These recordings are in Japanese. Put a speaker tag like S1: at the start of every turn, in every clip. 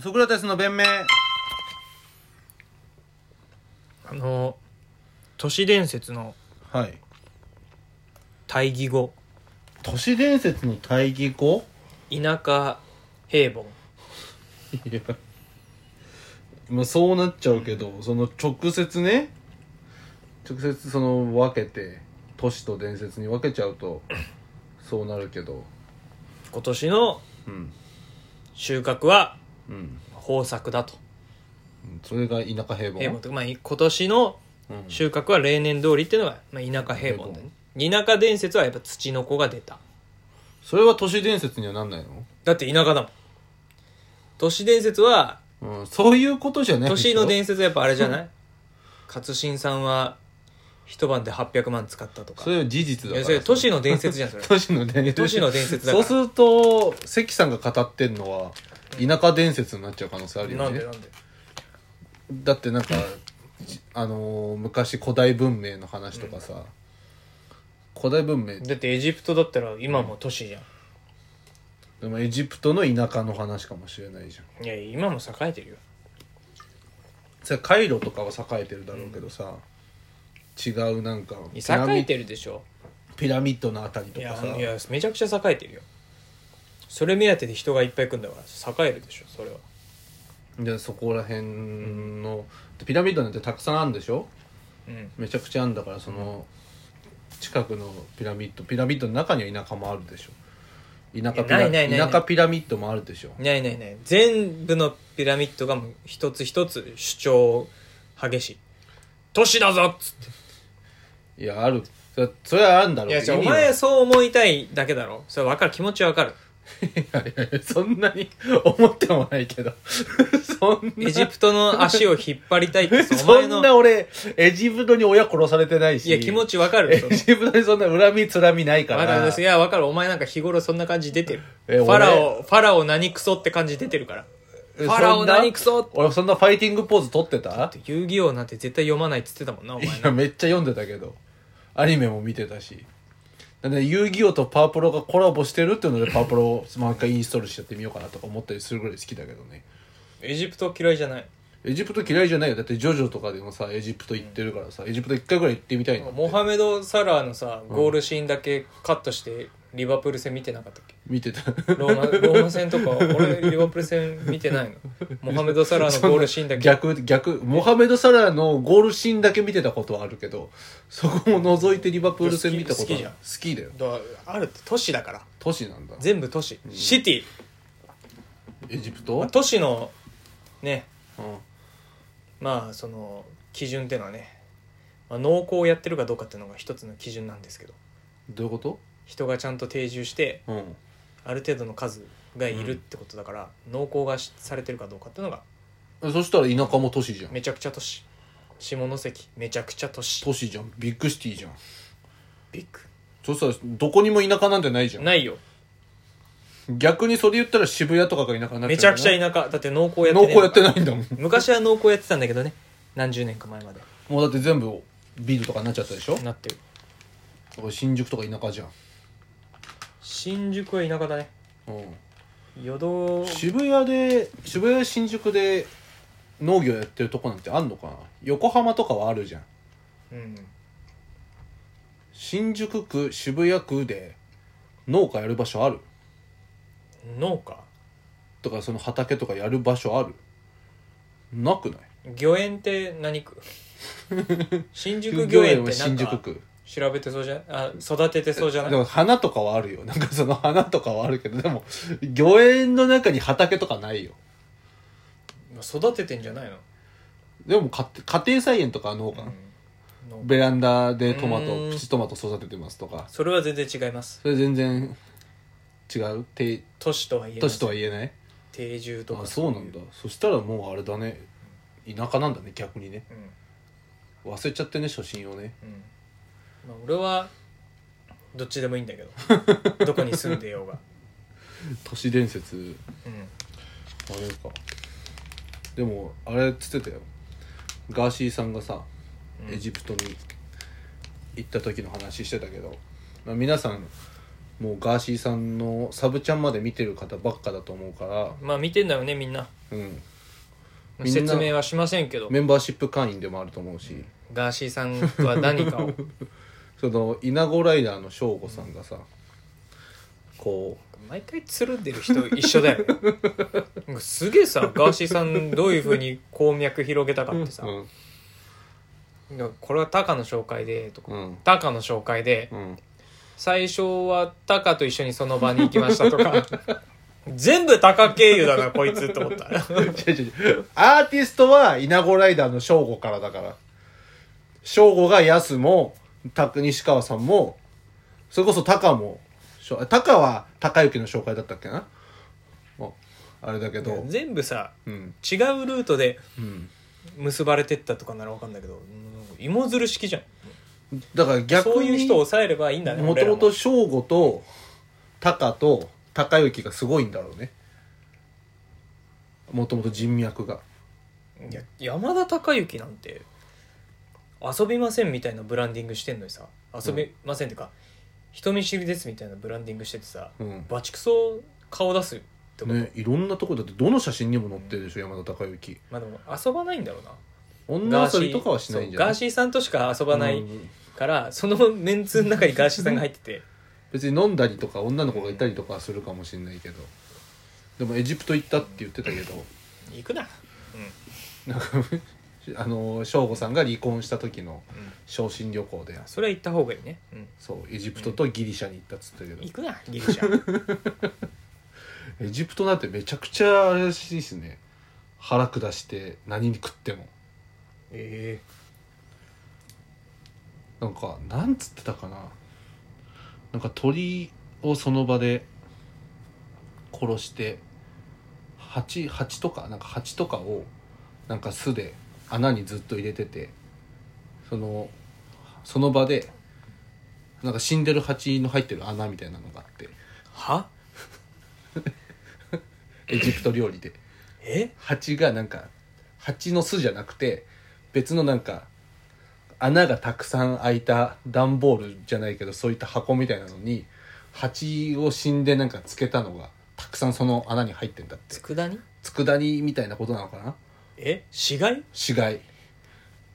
S1: ソクラテスの弁明
S2: あの都市伝説の
S1: はい
S2: 対義語
S1: 都市伝説の対義語
S2: 田舎平凡
S1: いやまあそうなっちゃうけどその直接ね直接その分けて都市と伝説に分けちゃう とそうなるけど
S2: 今年の
S1: うん
S2: 収穫は
S1: うん
S2: 豊作だと
S1: それが田舎平凡
S2: 平凡とか、まあ、今年の
S1: うん
S2: 収穫は例年通りっていうのが、まあ、田舎平凡だね田舎伝説はやっぱ土の子が出た
S1: それは都市伝説にはなんないの、
S2: だって田舎だもん都市伝説は
S1: うん、そういうことじゃない
S2: 都
S1: でし
S2: 市
S1: ょ
S2: の伝説はやっぱあれじ ゃない勝新さんは一晩で800万使ったとか
S1: それは事実だ
S2: い
S1: か
S2: や
S1: ら
S2: それ都市の伝説じゃんそれ
S1: 都市の伝説
S2: 都市の伝説だから
S1: そうすると関さんが語ってんのは田舎伝説になっちゃう可能性ある
S2: な
S1: よ
S2: ん
S1: ね
S2: でなんで
S1: だってなんかじあのー昔古代文明の話とかさ、古代文明
S2: だってエジプトだったら今も都市じゃん、
S1: でもエジプトの田舎の話かもしれないじゃん
S2: いや今も栄えてるよ
S1: それカイロとかは栄えてるだろうけどさ、違うなんかピラ
S2: 栄え
S1: ミ
S2: てるでしょ
S1: ピラミッドのあたりと
S2: い
S1: か
S2: や
S1: さ
S2: いやめちゃくちゃ栄えてるよそれ目当てで人がいっぱい来るんだから栄えるでしょそれは
S1: でそこら辺の、ピラミッドなんてたくさんあるんでしょ
S2: うん
S1: めちゃくちゃあるんだからその近くのピラミッドピラミッドの中には田舎もあるでしょ田舎ピ
S2: いやな
S1: ラ
S2: いないないない
S1: 田舎ピラミッドもあるでしょ
S2: ないないない全部のピラミッドがもう一つ一つ主張激しい都市だぞっつっ
S1: いやあるそれそれはあるんだろ
S2: て
S1: う
S2: いや
S1: け
S2: じ
S1: ど
S2: ゃあお
S1: 意味は
S2: 前そう思いたいだけだろそれ分かる気持ちは 分かる
S1: いやいやいやそんなに思ってもないけど そんな
S2: エジプトの足を引っ張りたいっ てお
S1: そ
S2: 前
S1: ん
S2: の
S1: な俺エジプトに親殺されてないし
S2: いや気持ち分かる
S1: エ
S2: それ
S1: ジプトにそんな恨みつらみないか
S2: わからるですいやわかるお前なんか日頃そんな感じ出てる
S1: え
S2: ファラオファラオ何クソって感じ出てるから
S1: え
S2: ファラ
S1: そ
S2: オ
S1: んな
S2: 何クソっ
S1: 俺そんなファイティングポーズ撮ってた
S2: て遊戯王なんて絶対読まないっつってたもんなお前
S1: いやめっちゃ読んでたけどアニメも見てたしなんで遊戯王とパワプロがコラボしてるっていうのでパワプロを毎回インストールしちゃってみようかなとか思ったりするぐらい好きだけどね
S2: エジプト嫌いじゃない
S1: エジプト嫌いじゃないよだってジョジョとかでもさエジプト行ってるからさエジプト一回ぐらい行ってみたいな
S2: モハメド・サラーのさゴールシーンだけカットしてリバプール戦見てなかったっ け
S1: 見てた
S2: ローマローマ戦とか俺リバプール戦見てない のモハメド・サラーのゴールシーンだけ
S1: 逆逆モハメド・サラーのゴールシーンだけ見てたことはあるけどそこを除いてリバプール戦見たことは
S2: 好きじゃん
S1: 好きだよ
S2: だあるって都市だから
S1: 都市なんだ
S2: 全部都市シティ、
S1: エジプ
S2: まあ
S1: ト、
S2: 都市のね
S1: うん
S2: まあその基準っていうのはね、まあ、農耕をやってるかどうかっていうのが一つの基準なんですけど
S1: どういうこと
S2: 人がちゃんと定住して
S1: うん
S2: ある程度の数がいるってことだから、農耕がしされてるかどうかっていうのが
S1: えそしたら田舎も都市じゃん
S2: めちゃくちゃ都市下関めちゃくちゃ都市
S1: 都市じゃんビッグシティじゃん
S2: ビッ
S1: そしたらどこにも田舎なんてないじゃ
S2: グないよ
S1: ん逆にそれ言ったら渋谷とかが田舎になっ
S2: めちゃくち
S1: 田
S2: ゃ田舎だって農耕や
S1: 舎
S2: っ
S1: 濃
S2: てねえ
S1: 厚やってないんだもん
S2: 昔は農耕やってたんだけどね何十年か前まで
S1: もうだって全部ビルとかになっちゃったでしょ
S2: なってる
S1: 俺新宿とか田舎じゃん、
S2: 新宿は田舎だね
S1: う
S2: 淀道
S1: ん、渋谷で渋谷新宿で農業やってるとこなんてあんのかな横浜とかはあるじゃん
S2: うん
S1: 新宿区渋谷区で農家やる場所ある
S2: 農家
S1: とかその畑とかやる場所あるなくない
S2: 御苑って 何区新宿御苑
S1: は
S2: ってなん
S1: 新宿
S2: か
S1: 区
S2: 調べてそうじゃあ育ててそうじゃない
S1: でも花とかはあるよなん かその花とかはあるけどでも御苑の中に畑とかないよ
S2: まあ育ててんじゃないの、
S1: でも家家庭菜園とかは農家、
S2: の
S1: ベランダでトマト
S2: うん
S1: プチトマト育ててますとか
S2: それは全然違います
S1: それ全然違うて
S2: 都市とは言え
S1: 都
S2: ませ
S1: 市
S2: ん
S1: とは言えない
S2: 定住と
S1: あ
S2: か
S1: そうなんだそしたらもうあれだね田舎なんだね逆にね
S2: うん
S1: 忘れちゃってね初心をね
S2: うんまあ、俺はどっちでもいいんだけ どどこに住んでようが、
S1: 都市伝説
S2: うん、
S1: あれかでもあれっつってたよガーシーさんがさ
S2: うん
S1: エジプトに行った時の話してたけど、まあ、皆さんもうガーシーさんのサブちゃんまで見てる方ばっかだと思うから
S2: まあ見てんだよねみんな
S1: うん、
S2: まあ
S1: みんな
S2: 説明はしませんけど
S1: メンバーシップ会員でもあると思うし、
S2: ガーシーさんとは何 かを
S1: その稲子ライダーの翔吾さんがさ、こ
S2: 毎回つるんでる人一緒だよねなんかすげえさガーシーさんどういうふうに鉱脈広げたかってさ、
S1: ううん
S2: なんかこれはタカの紹介でとか、
S1: うん
S2: タカの紹介で
S1: うん
S2: 最初はタカと一緒にその場に行きましたとか 全部タカ経由だなこいつと思った
S1: 違う違う違うアーティストは稲子ライダーの翔吾からだから翔吾がヤスもた西川さんもそれこそタカもしょタカは高之の紹介だったっけなああれだけど
S2: 全部さ
S1: うん
S2: 違うルートで
S1: うん
S2: 結ばれてったとかならわかんないけど芋づる式じゃん
S1: だから逆に
S2: そういう人を抑えればいいんだね
S1: もともと翔吾とタカと高之がすごいんだろうねもともと人脈が
S2: 俺らもいや山田孝之なんて遊びませんみたいなブランディングしてんのにさ遊びませんってか、人見知りですみたいなブランディングしててさ、
S1: うん
S2: バチクソ顔出すってこと、
S1: ねいろんなとこだってどの写真にも載ってるでしょ山田孝之
S2: まあでも遊ばないんだろうな
S1: 女遊びとかはしないんじゃ
S2: そ
S1: な
S2: うガ
S1: い
S2: ーシーさんとしか遊ばない
S1: うん
S2: から、そのメンツの中にガーシーさんが入って て
S1: 別に飲んだりとか女の子がいたりとかはするかもしれないけどでもエジプト行ったって言ってたけど
S2: 行くな、
S1: なんかあの省吾さんが離婚した時の
S2: うん
S1: 昇進旅行で
S2: それは行った方がいいね、うん
S1: そうエジプトとギリシャに行ったっつったけど
S2: 行くなギリシャ
S1: エジプトなんてめちゃくちゃあれらしいですね腹下して何に食っても
S2: え
S1: なんかなんつってたかななんか鳥をその場で殺して蜂蜂とかなんか蜂とかをなんか巣で穴にずっと入れててそのその場でなんか死んでる蜂の入ってる穴みたいなのがあって
S2: ー、は
S1: エジプト料理で
S2: え
S1: 蜂がなんか蜂の巣じゃなくて別のなんか穴がたくさん開いた段ボールじゃないけどそういった箱みたいなのに蜂を死んでなんかつけたのがたくさんその穴に入ってんだって
S2: 佃煮
S1: 佃煮みたいなことなのかな
S2: え死骸
S1: 死骸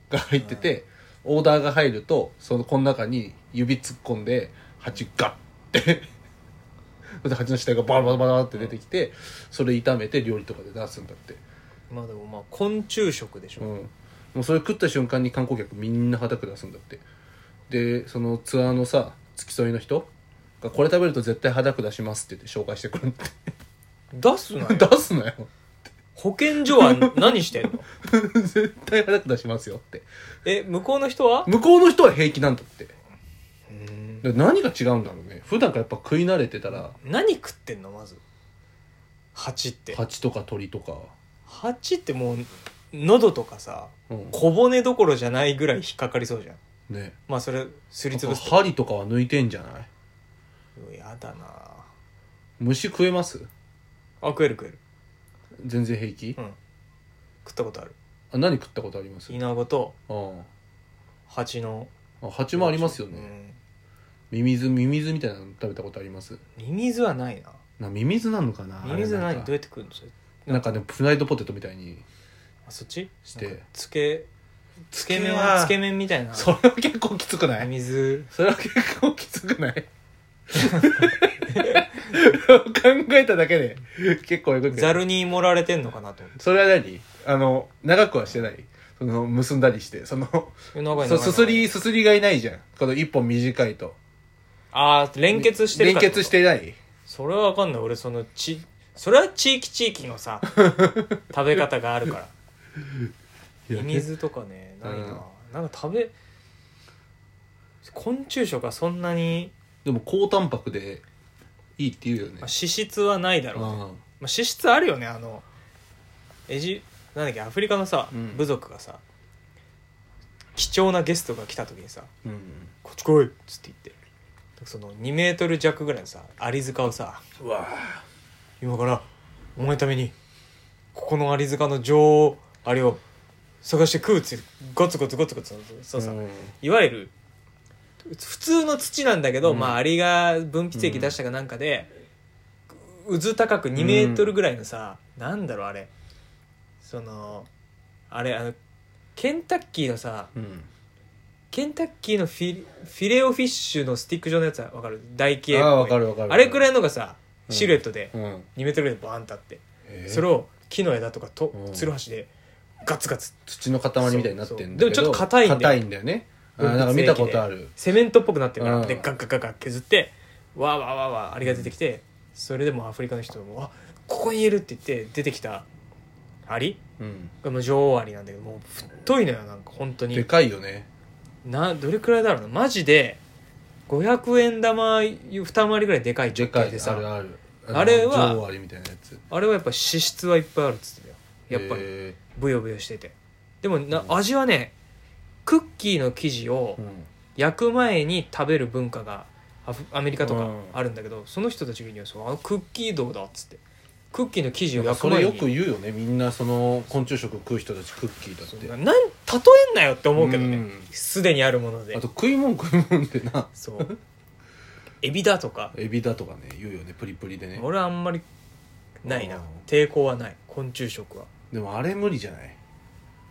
S1: が入っててオーダーが入るとそのこの中に指突っ込んで蜂ガッて それで蜂の死体がバラバラバラって出てきてそれ炒めて料理とかで出すんだって
S2: まあでもまあ昆虫食でし
S1: う
S2: ょ、
S1: ん、もうそれ食った瞬間に観光客みんな肌下すんだってでそのツアーのさ付き添いの人がこれ食べると絶対肌下しますって言って紹介してくるんだっ
S2: 出すなよ
S1: て出すなよ
S2: 保健所 は何してんの
S1: 絶対肌下しますよって
S2: え向こうの人は
S1: 向こうの人は平気なんだって
S2: うん
S1: で何が違うんだろうね普段からやっぱ食い慣れてたら
S2: 何食ってんのまず蜂って
S1: 蜂とか鳥とか、
S2: 蜂ってもう喉とかさ
S1: うん
S2: 小骨どころじゃないぐらい引っかかりそうじゃん
S1: ね
S2: まあそれすりつぶすと
S1: 針とかは抜いてんじゃないう
S2: わやだなあ
S1: 虫食えます
S2: 食える食える
S1: 全然平気、
S2: うん食ったことある
S1: あ何食ったことあります
S2: イナゴと
S1: あ
S2: 蜂の
S1: ああ蜂もありますよね、ミミズミミズみたいなの食べたことあります
S2: うんミミズはないな
S1: なミミズなのかな
S2: ミミズは
S1: あ
S2: 何
S1: れなんか
S2: どうやって食うのそれ
S1: なんかねフライドポテトみたいに
S2: あそっち
S1: して
S2: なんかつけつけ麺
S1: は
S2: つけ麺みたいな
S1: それは結構きつくな
S2: ミ
S1: い
S2: ミズ
S1: それは結構きつくない考えただけで結構えぐくて
S2: ざるに盛られてんのかなと思っ
S1: それは何あの長くはしてないその結んだりしてその
S2: て長い
S1: そ
S2: 長い
S1: すすりすすりがいないじゃんこの一本短いと
S2: ああ連結してるから
S1: 連結してない
S2: それはわかんない俺そのちそれは地域地域の さ食べ方があるからミミズとかねないな、なんか食べ昆虫食はそんなに、
S1: でも高タンパクでいいって言うよね
S2: まあ、脂質はないだろう、まあ、
S1: あ
S2: 脂質あるよねあのエジなんだっけアフリカのさ、
S1: うん
S2: 部族がさ貴重なゲストが来た時にさ
S1: あうん
S2: 「こっち来い!」っつって言ってその2メートル弱ぐらいのさアリ塚をさ
S1: うわ
S2: 今からお前のためにここのアリ塚の女王アリを探して食うっつってゴツゴツゴツゴツそうさ、
S1: ん
S2: いわゆる普通の土なんだけど、
S1: うん
S2: まあアリが分泌液出したかなんかで、うず高く2メートルぐらいのさ、なんだろうあれそのあれあのケンタッキーのさ
S1: うん
S2: ケンタッキーのフィフィレオフィッシュのスティック状のやつはわかる台形っぽい
S1: ああわかるわかる
S2: あれくらいのがさ
S1: うん
S2: シルエットで
S1: うんへ
S2: 2メートルぐらいでバーンってあって、
S1: え
S2: それを木の枝とかと
S1: うん
S2: つるはしでガツガツ
S1: 土の塊みたいになってんだけど
S2: そうそうでもちょっと硬いんだよ
S1: 硬いんだよねあーなんか見たことある
S2: セメントっぽくなってるから
S1: うん
S2: でガッガッガッガッ削ってわーわーわーわーあれが出てきてそれでもうアフリカの人も「あここにいる」って言って出てきたアリ
S1: うん
S2: がもう女王アリなんだけどもう太いのよなんか本当
S1: で
S2: に
S1: かいよね
S2: などれくらいだろうなマジで500円玉2回りぐらいでかい
S1: で
S2: 直
S1: か
S2: 径
S1: い
S2: で
S1: ある
S2: さ
S1: ある
S2: あれは
S1: 女王アリみたいなやつ
S2: あれはやっぱ脂質はいっぱいあるっつってたよやっぱり
S1: へ
S2: ブヨブヨしててでもな
S1: うん
S2: 味はねクッキーの生地を
S1: えうん
S2: 焼く前に食べる文化がアフアメリカと
S1: う
S2: か
S1: ん
S2: あるんだけど、その人たちが言うそうあのクッキー道だっつってクッキーの生地を
S1: なんかそ
S2: 焼く
S1: れ
S2: 前
S1: よ
S2: に
S1: く言うよねみんなその昆虫食食う人たちクッキーだ
S2: そ
S1: っ
S2: う
S1: て
S2: ななん例えんなよって思うけど
S1: う
S2: ね
S1: ん
S2: すでにあるもので
S1: あと食い物食い物ってな
S2: そうエビだとか
S1: エビだとかね言うよねプリプリでね
S2: 俺はあんまりないな
S1: うん
S2: 抵抗はない昆虫食は
S1: でもあれ無理じゃない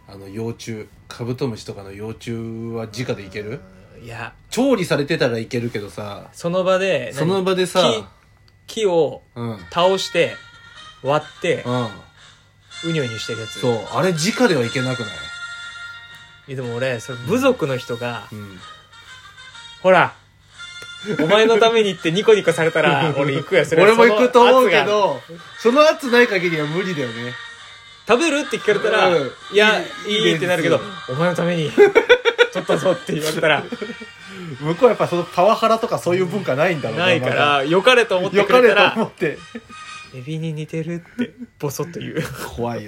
S1: あの幼虫カブトムシとかの幼虫は直でいける
S2: うんいや
S1: 調理されてたらいけるけどさ
S2: その場で
S1: その場でさ
S2: 木木を
S1: うんうん
S2: 倒して割ってうにょうにょしてるやつ
S1: そうあれ直ではいけなくない
S2: いやでも俺それ部族の人が、
S1: うん
S2: ほらお前のためにってニコニコされ たら俺行くよそれ
S1: 俺も行くと思うけ
S2: その圧が
S1: どその圧ない限りは無理だよね
S2: 食べるって聞かれたら、
S1: うん
S2: いやい
S1: い
S2: い
S1: い
S2: ってなるけど
S1: です
S2: お前のために取ったぞって言われ たら
S1: 向こうはやっぱそのパワハラとかそういう文化ないんだろう
S2: ないか
S1: まだ
S2: ら良かれと思って
S1: よ
S2: く
S1: か
S2: れ
S1: れ
S2: た
S1: と思
S2: ら
S1: って
S2: エビに似てるってボソッと言う
S1: 怖いよ